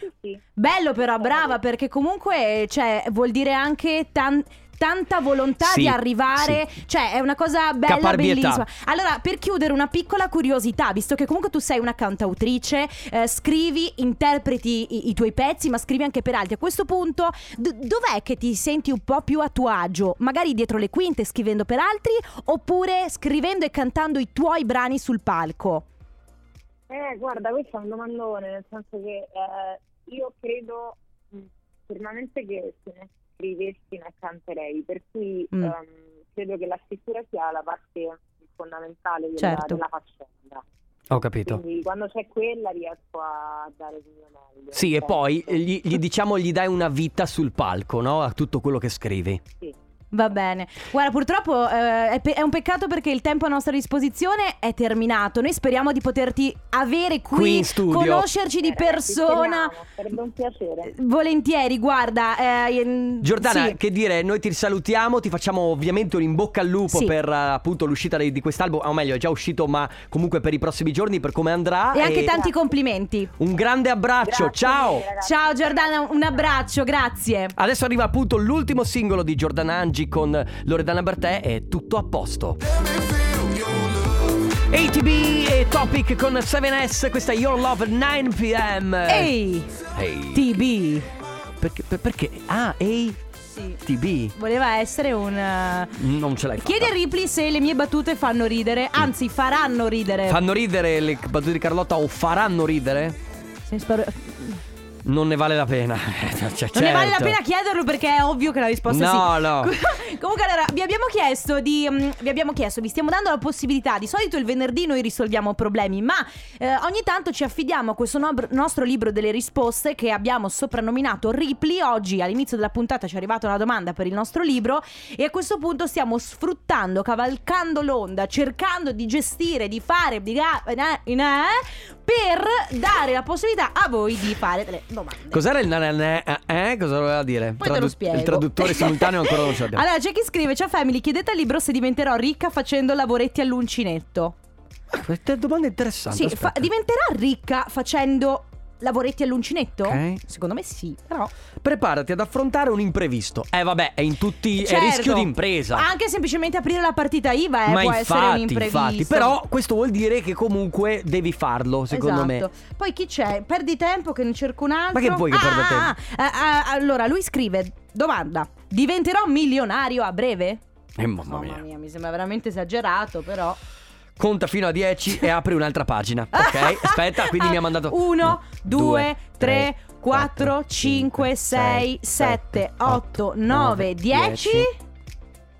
Speaker 8: Sì, sì.
Speaker 2: Bello però, brava, perché comunque cioè, vuol dire anche tan- tanta volontà
Speaker 1: Sì,
Speaker 2: di arrivare, cioè è una cosa bella,
Speaker 1: Caparbietà.
Speaker 2: bellissima. Allora, per chiudere, una piccola curiosità, visto che comunque tu sei una cantautrice, eh, scrivi, interpreti i, i tuoi pezzi, ma scrivi anche per altri. A questo punto, d- dov'è che ti senti un po' più a tuo agio? Magari dietro le quinte scrivendo per altri, oppure scrivendo e cantando i tuoi brani sul palco?
Speaker 8: Eh, guarda, questo è un domandone, nel senso che eh, io credo mh, fermamente che se ne scrivessi ne canterei, per cui
Speaker 2: Mm.
Speaker 8: ehm, credo che la scrittura sia la parte fondamentale della,
Speaker 2: Certo.
Speaker 8: della faccenda.
Speaker 1: Ho capito.
Speaker 8: Quindi quando c'è quella riesco a dare il mio meglio.
Speaker 1: Sì, e
Speaker 8: Certo.
Speaker 1: poi gli, gli diciamo gli dai una vita sul palco, no? A tutto quello che scrivi.
Speaker 8: Sì.
Speaker 2: Va bene. Guarda, purtroppo eh, è, pe- è un peccato perché il tempo a nostra disposizione è terminato. Noi speriamo di poterti avere qui,
Speaker 1: Qui in studio.
Speaker 2: conoscerci di
Speaker 8: Eh, ragazzi,
Speaker 2: persona. eh,
Speaker 8: speriamo, Sarebbe un piacere.
Speaker 2: Volentieri, guarda. eh, ehm,
Speaker 1: Giordana,
Speaker 2: sì.
Speaker 1: che dire, noi ti salutiamo, ti facciamo ovviamente un in bocca al lupo
Speaker 2: Sì.
Speaker 1: per eh, appunto l'uscita di, di quest'album, o meglio è già uscito ma comunque per i prossimi giorni, per come andrà.
Speaker 2: E anche
Speaker 1: e
Speaker 2: tanti complimenti.
Speaker 1: Un grande abbraccio,
Speaker 8: Grazie
Speaker 1: ciao!
Speaker 8: mille, ragazzi.
Speaker 2: Ciao Giordana, un abbraccio, grazie.
Speaker 1: Adesso arriva appunto l'ultimo singolo di Giordana Angi con Loredana Bertè e tutto a posto. ATB e Topic con 7S, questa è Your Love 9pm.
Speaker 2: Ehi, TB.
Speaker 1: Perché, per- perché? Ah, ATB.
Speaker 2: Sì. Voleva essere un. eh,
Speaker 1: Non ce l'hai fatta.
Speaker 2: Chiedi a Ripley se le mie battute fanno ridere, anzi faranno ridere.
Speaker 1: Fanno ridere le battute di Carlotta o faranno ridere?
Speaker 2: Sì, spero-
Speaker 1: Non ne vale la pena. [LAUGHS] Cioè,
Speaker 2: Non ne vale la
Speaker 1: Certo.
Speaker 2: pena chiederlo perché è ovvio che la risposta è sì.
Speaker 1: No, no.
Speaker 2: [LAUGHS] Comunque allora vi abbiamo chiesto di mm, vi abbiamo chiesto, vi stiamo dando la possibilità, di solito il venerdì noi risolviamo problemi, ma eh, ogni tanto ci affidiamo a questo nobr- nostro libro delle risposte che abbiamo soprannominato Ripley. Oggi all'inizio della puntata ci è arrivata una domanda per il nostro libro e a questo punto stiamo sfruttando, cavalcando l'onda, cercando di gestire, di fare di ga- na- na- per dare la possibilità a voi di fare delle domande.
Speaker 1: Cos'era il nananè? Eh, eh? cosa voleva dire?
Speaker 2: Poi te lo
Speaker 1: Tradu-
Speaker 2: spiego.
Speaker 1: Il traduttore
Speaker 2: [LAUGHS]
Speaker 1: simultaneo ancora non ce l'abbiamo.
Speaker 2: Allora, c'è chi scrive: Ciao Family, chiedete al libro se diventerò ricca facendo lavoretti all'uncinetto.
Speaker 1: Questa domanda è interessante.
Speaker 2: sì,
Speaker 1: aspetta.
Speaker 2: fa- diventerà ricca facendo lavoretti all'uncinetto?
Speaker 1: Ok.
Speaker 2: Secondo me sì, però.
Speaker 1: Preparati ad affrontare un imprevisto. Eh vabbè, è in tutti
Speaker 2: Certo.
Speaker 1: è rischio di impresa.
Speaker 2: Anche semplicemente aprire la partita IVA eh,
Speaker 1: Ma
Speaker 2: può essere un
Speaker 1: infatti,
Speaker 2: imprevisto.
Speaker 1: infatti, però questo vuol dire che comunque devi farlo, secondo me.
Speaker 2: Esatto. Poi chi c'è? Perdi tempo che ne cerco un altro.
Speaker 1: Ma che vuoi che
Speaker 2: Ah,
Speaker 1: perda
Speaker 2: ah,
Speaker 1: tempo?
Speaker 2: ah, ah, ah, allora, lui scrive: Domanda: diventerò milionario a breve?
Speaker 1: Eh, mamma
Speaker 2: Mamma
Speaker 1: mia.
Speaker 2: mia, mi sembra veramente esagerato, però.
Speaker 1: Conta fino a 10 e apri un'altra
Speaker 2: [LAUGHS]
Speaker 1: pagina. Ok? Aspetta, quindi mi ha mandato
Speaker 2: 1, 2,
Speaker 1: due,
Speaker 2: 3, 4,
Speaker 1: quattro,
Speaker 2: 5,
Speaker 1: cinque,
Speaker 2: 6,
Speaker 1: sei,
Speaker 2: 7,
Speaker 1: sette,
Speaker 2: 8,
Speaker 1: otto,
Speaker 2: 9,
Speaker 1: nove,
Speaker 2: 10.
Speaker 1: dieci.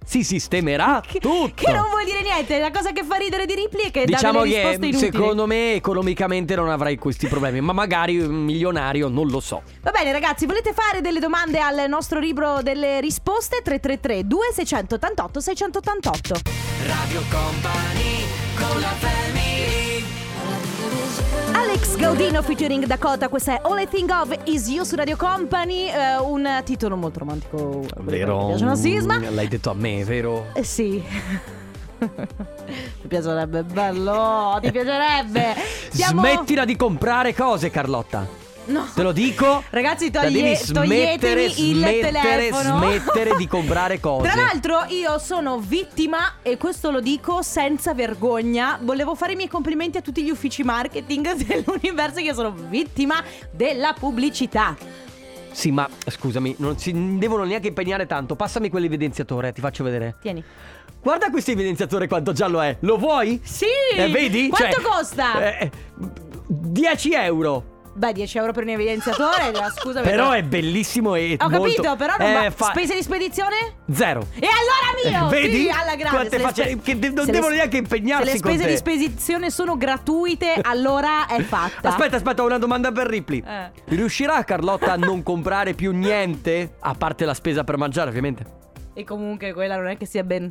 Speaker 1: Si sistemerà tutto.
Speaker 2: Che non vuol dire niente. La cosa che fa ridere di Ripley è che
Speaker 1: Diciamo
Speaker 2: dà delle
Speaker 1: che
Speaker 2: risposte inutili.
Speaker 1: secondo me economicamente non avrai questi problemi, ma magari un milionario non lo so.
Speaker 2: Va bene, ragazzi, volete fare delle domande al nostro libro delle risposte? 333 2688 688 Alex Gaudino featuring Dakota, questa è Only Thing Of Is You su Radio Company, eh, un titolo molto romantico. Mi piace una sisma.
Speaker 1: L'hai detto a me, vero?
Speaker 2: Eh, Sì. [LAUGHS] Mi piacerebbe, bello, Oh, ti
Speaker 1: [LAUGHS]
Speaker 2: piacerebbe. Siamo-
Speaker 1: Smettila di comprare cose, Carlotta.
Speaker 2: No.
Speaker 1: Te lo dico.
Speaker 2: Ragazzi,
Speaker 1: La
Speaker 2: toglie-
Speaker 1: devi
Speaker 2: toglietemi
Speaker 1: smettere,
Speaker 2: il
Speaker 1: smettere,
Speaker 2: telefono.
Speaker 1: smettere di
Speaker 2: [LAUGHS]
Speaker 1: comprare cose.
Speaker 2: Tra l'altro, io sono vittima, e questo lo dico senza vergogna. Volevo fare i miei complimenti a tutti gli uffici marketing [LAUGHS] dell'universo, che io sono vittima della pubblicità.
Speaker 1: Sì, ma scusami, non si devono neanche impegnare tanto. Passami quell'evidenziatore, ti faccio vedere.
Speaker 2: Tieni.
Speaker 1: Guarda questo evidenziatore quanto giallo è. Lo vuoi?
Speaker 2: Sì!
Speaker 1: Eh, vedi?
Speaker 2: Quanto
Speaker 1: Cioè,
Speaker 2: costa?
Speaker 1: eh, 10 euro.
Speaker 2: Beh, 10 euro per un
Speaker 1: [LAUGHS]
Speaker 2: evidenziatore, la scusa.
Speaker 1: Però è bellissimo e
Speaker 2: Ho
Speaker 1: molto-
Speaker 2: capito, però non
Speaker 1: Eh,
Speaker 2: va-
Speaker 1: fa-
Speaker 2: Spese di spedizione?
Speaker 1: Zero.
Speaker 2: E allora mio!
Speaker 1: Eh, vedi?
Speaker 2: Sì, alla grande.
Speaker 1: Quante
Speaker 2: Se le
Speaker 1: facce-
Speaker 2: spe-
Speaker 1: che de- non
Speaker 2: se le
Speaker 1: devono
Speaker 2: spe-
Speaker 1: neanche impegnarsi
Speaker 2: Se le
Speaker 1: con
Speaker 2: spese
Speaker 1: te.
Speaker 2: di spedizione
Speaker 1: [LAUGHS]
Speaker 2: sono gratuite, allora è fatta.
Speaker 1: Aspetta, aspetta, ho una domanda per Ripley.
Speaker 2: Eh.
Speaker 1: Riuscirà Carlotta a non comprare più niente? A parte la spesa per mangiare, ovviamente.
Speaker 2: E comunque quella non è che sia ben.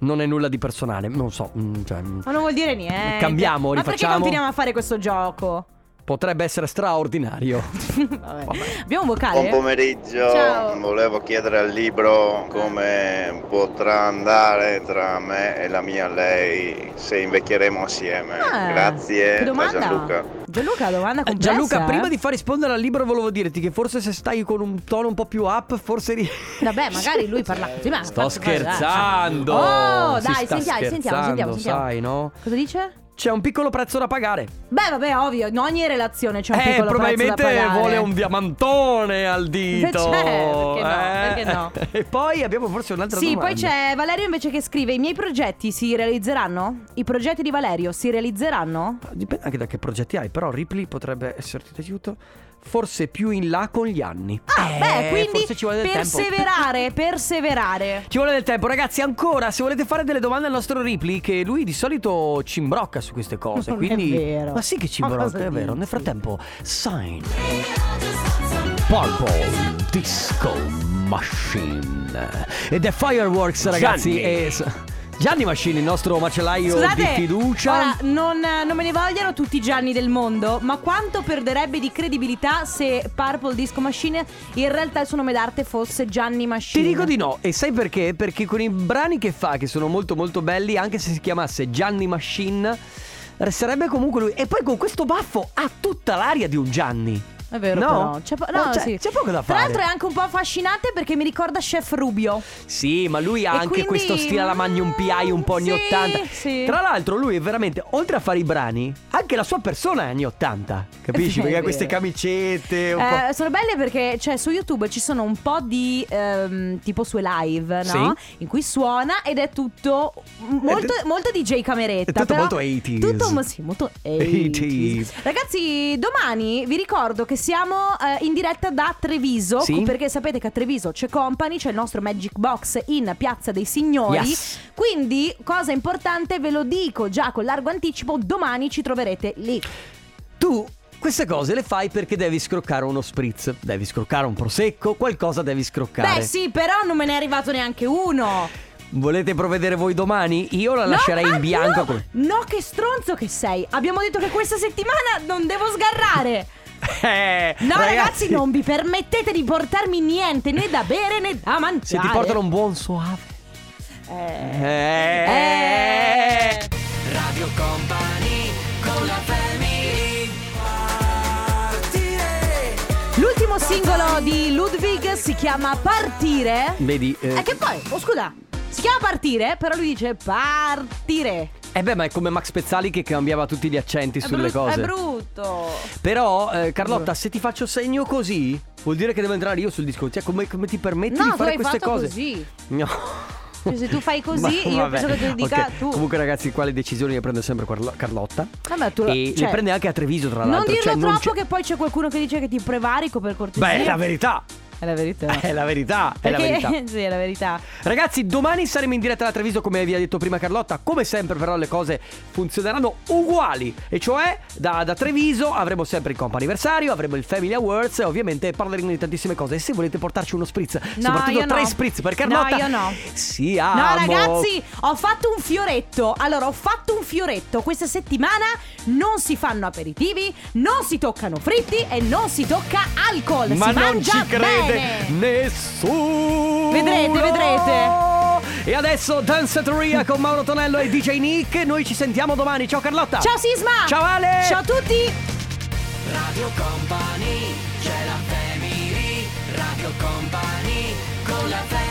Speaker 1: Non è nulla di personale, non so. mm, cioè, mm.
Speaker 2: Ma non vuol dire niente.
Speaker 1: Cambiamo,
Speaker 2: Ma perché
Speaker 1: rifacciamo. [LAUGHS]
Speaker 2: continuiamo a fare questo gioco?
Speaker 1: potrebbe essere
Speaker 2: [LAUGHS]
Speaker 1: straordinario.
Speaker 2: Vabbè. Abbiamo un vocale?
Speaker 11: Buon pomeriggio,
Speaker 2: Ciao.
Speaker 11: volevo chiedere al libro come potrà andare tra me e la mia lei se invecchieremo assieme.
Speaker 2: Ah,
Speaker 11: Grazie,
Speaker 2: che
Speaker 11: da
Speaker 2: domanda.
Speaker 11: Gianluca.
Speaker 2: Gianluca, domanda complessa.
Speaker 1: Gianluca,
Speaker 2: eh?
Speaker 1: prima di far rispondere al libro volevo dirti che forse se stai con un tono un po' più up, forse ri-
Speaker 2: Vabbè, magari lui parla così, ma
Speaker 1: Sto
Speaker 2: faccio- guarda,
Speaker 1: scherzando.
Speaker 2: Oh,
Speaker 1: Si
Speaker 2: dai,
Speaker 1: sta
Speaker 2: sentiamo, sentiamo, sentiamo,
Speaker 1: scherzando,
Speaker 2: sentiamo.
Speaker 1: Sai, no?
Speaker 2: Cosa dice?
Speaker 1: C'è un piccolo prezzo da pagare.
Speaker 2: Beh, vabbè, ovvio, in ogni relazione c'è un
Speaker 1: eh,
Speaker 2: piccolo prezzo da
Speaker 1: probabilmente
Speaker 2: pagare. Certo,
Speaker 1: vuole un diamantone al
Speaker 2: [LAUGHS]
Speaker 1: dito.
Speaker 2: perché no,
Speaker 1: eh.
Speaker 2: perché no?
Speaker 1: [LAUGHS] E poi abbiamo forse un'altra
Speaker 2: Sì,
Speaker 1: domanda.
Speaker 2: poi c'è Valerio invece che scrive: I miei progetti si realizzeranno? I progetti di Valerio si realizzeranno?
Speaker 1: Dipende anche da che progetti hai, però Ripley potrebbe esserti d'aiuto. Forse più in là con gli anni.
Speaker 2: Ah,
Speaker 1: Eh,
Speaker 2: beh, quindi
Speaker 1: forse ci vuole del tempo.
Speaker 2: perseverare, perseverare.
Speaker 1: Ci vuole del tempo, ragazzi. Ancora, se volete fare delle domande al nostro Ripley, che lui di solito ci imbrocca su queste cose.
Speaker 2: Non [LAUGHS] è
Speaker 1: quindi...
Speaker 2: vero.
Speaker 1: Ma sì che ci
Speaker 2: Ma cosa
Speaker 1: imbrocca, è vero.
Speaker 2: dici?
Speaker 1: Nel frattempo, Sign Purple Disco Machine. Ed è Fireworks, ragazzi.
Speaker 4: Gianni.
Speaker 1: e s- Gianni Machine, il nostro macellaio
Speaker 2: Scusate,
Speaker 1: di fiducia.
Speaker 2: ora, non, non me ne vogliano tutti i Gianni del mondo, ma quanto perderebbe di credibilità se Purple Disco Machine in realtà il suo nome d'arte fosse Gianni
Speaker 1: Ti
Speaker 2: Machine?
Speaker 1: dico di no, e sai perché? Perché con i brani che fa, che sono molto molto belli, anche se si chiamasse Gianni Machine, resterebbe comunque lui. E poi con questo baffo ha tutta l'aria di un Gianni.
Speaker 2: È vero,
Speaker 1: No?
Speaker 2: però. C'è, po-
Speaker 1: No,
Speaker 2: no,
Speaker 1: c'è-
Speaker 2: sì.
Speaker 1: c'è poco da
Speaker 2: Tra
Speaker 1: fare.
Speaker 2: l'altro è anche un po' affascinante perché mi ricorda Chef Rubio.
Speaker 1: Sì, ma lui ha
Speaker 2: E
Speaker 1: anche
Speaker 2: quindi-
Speaker 1: questo stile alla Magnum PI un po' anni
Speaker 2: Sì,
Speaker 1: 80.
Speaker 2: sì.
Speaker 1: Tra l'altro lui è veramente, oltre a fare i brani, anche la sua persona è anni 80. Capisci?
Speaker 2: Sì, [LAUGHS] è
Speaker 1: perché ha
Speaker 2: vero.
Speaker 1: queste camicette un po'...
Speaker 2: Eh, sono belle perché cioè, su YouTube ci sono un po' di ehm, tipo sue live, no? In cui suona ed è tutto m- molto,
Speaker 1: Ed-
Speaker 2: molto DJ Cameretta.
Speaker 1: è tutto
Speaker 2: però
Speaker 1: molto 80s.
Speaker 2: Tutto mo- sì, molto 80s. Ragazzi, domani vi ricordo che siamo eh, in diretta da Treviso.
Speaker 1: Sì.
Speaker 2: Perché sapete che a Treviso c'è Company, c'è il nostro Magic Box in Piazza dei Signori.
Speaker 1: Yes.
Speaker 2: Quindi, cosa importante, ve lo dico già con largo anticipo, domani ci troverete lì.
Speaker 1: Tu queste cose le fai perché devi scroccare uno spritz, devi scroccare un prosecco, qualcosa devi scroccare.
Speaker 2: Beh, sì, però non me ne è arrivato neanche uno.
Speaker 1: Volete provvedere voi domani? Io la lascerei
Speaker 2: No,
Speaker 1: in
Speaker 2: ah,
Speaker 1: bianco.
Speaker 2: No,
Speaker 1: come-
Speaker 2: no, che stronzo che sei. Abbiamo detto che questa settimana non devo sgarrare.
Speaker 1: [LAUGHS] Eh,
Speaker 2: No, ragazzi, non vi permettete di portarmi niente, né da bere né da mangiare.
Speaker 1: Se ti portano un buon suave.
Speaker 2: Eh.
Speaker 1: Eh.
Speaker 2: Eh.
Speaker 3: Radio Company con la family
Speaker 2: L'ultimo singolo di Ludwig si chiama Partire.
Speaker 1: Vedi. Eh,
Speaker 2: E che poi, oh scusa, si chiama Partire, però lui dice Partire.
Speaker 1: eh beh, ma è come Max Pezzali che cambiava tutti gli accenti
Speaker 2: È
Speaker 1: sulle
Speaker 2: brut-
Speaker 1: cose.
Speaker 2: È brutto.
Speaker 1: Però, eh, Carlotta, se ti faccio segno così, vuol dire che devo entrare io sul disco. Cioè, come, come ti permetti
Speaker 2: No,
Speaker 1: di
Speaker 2: tu
Speaker 1: fare
Speaker 2: hai
Speaker 1: queste
Speaker 2: fatto
Speaker 1: cose?
Speaker 2: così.
Speaker 1: No.
Speaker 2: Cioè, se
Speaker 1: [LAUGHS]
Speaker 2: tu fai così, io
Speaker 1: vabbè,
Speaker 2: penso che tu dica
Speaker 1: ok.
Speaker 2: tu.
Speaker 1: Comunque, ragazzi, qua le decisioni le prende sempre Carlo- Carlotta.
Speaker 2: Vabbè, tu lo-
Speaker 1: e
Speaker 2: cioè-
Speaker 1: le prende anche a Treviso, tra
Speaker 2: Non
Speaker 1: l'altro.
Speaker 2: dirlo
Speaker 1: Cioè,
Speaker 2: troppo
Speaker 1: c'è-
Speaker 2: che poi c'è qualcuno che dice che ti prevarico per cortesia.
Speaker 1: Beh, è la verità.
Speaker 2: È la verità.
Speaker 1: [LAUGHS] È la verità, è la
Speaker 2: Perché-
Speaker 1: verità.
Speaker 2: [LAUGHS] sì, è la verità.
Speaker 1: Ragazzi, domani saremo in diretta da Treviso, come vi ha detto prima Carlotta. Come sempre, però, le cose funzioneranno uguali. E cioè, da, da Treviso avremo sempre il comp anniversario, avremo il Family Awards e ovviamente parleremo di tantissime cose. E se volete portarci uno spritz, soprattutto
Speaker 2: io no.
Speaker 1: tre spritz per Carlotta.
Speaker 2: No, io no.
Speaker 1: Sì,
Speaker 2: No, ragazzi, ho fatto un fioretto. Allora, ho fatto un fioretto. Questa settimana non si fanno aperitivi, non si toccano fritti e non si tocca alcol.
Speaker 1: Ma
Speaker 2: si
Speaker 1: non
Speaker 2: mangia
Speaker 1: ci crede
Speaker 2: bene.
Speaker 1: nessuno.
Speaker 2: Vedrete, vedrete.
Speaker 1: E adesso Danzateria con Mauro Tonello e DJ Nick. Noi ci sentiamo domani. Ciao Carlotta.
Speaker 2: Ciao Sisma!
Speaker 1: Ciao Ale.
Speaker 2: Ciao a tutti!
Speaker 3: Radio Company c'è la family Radio Company con la family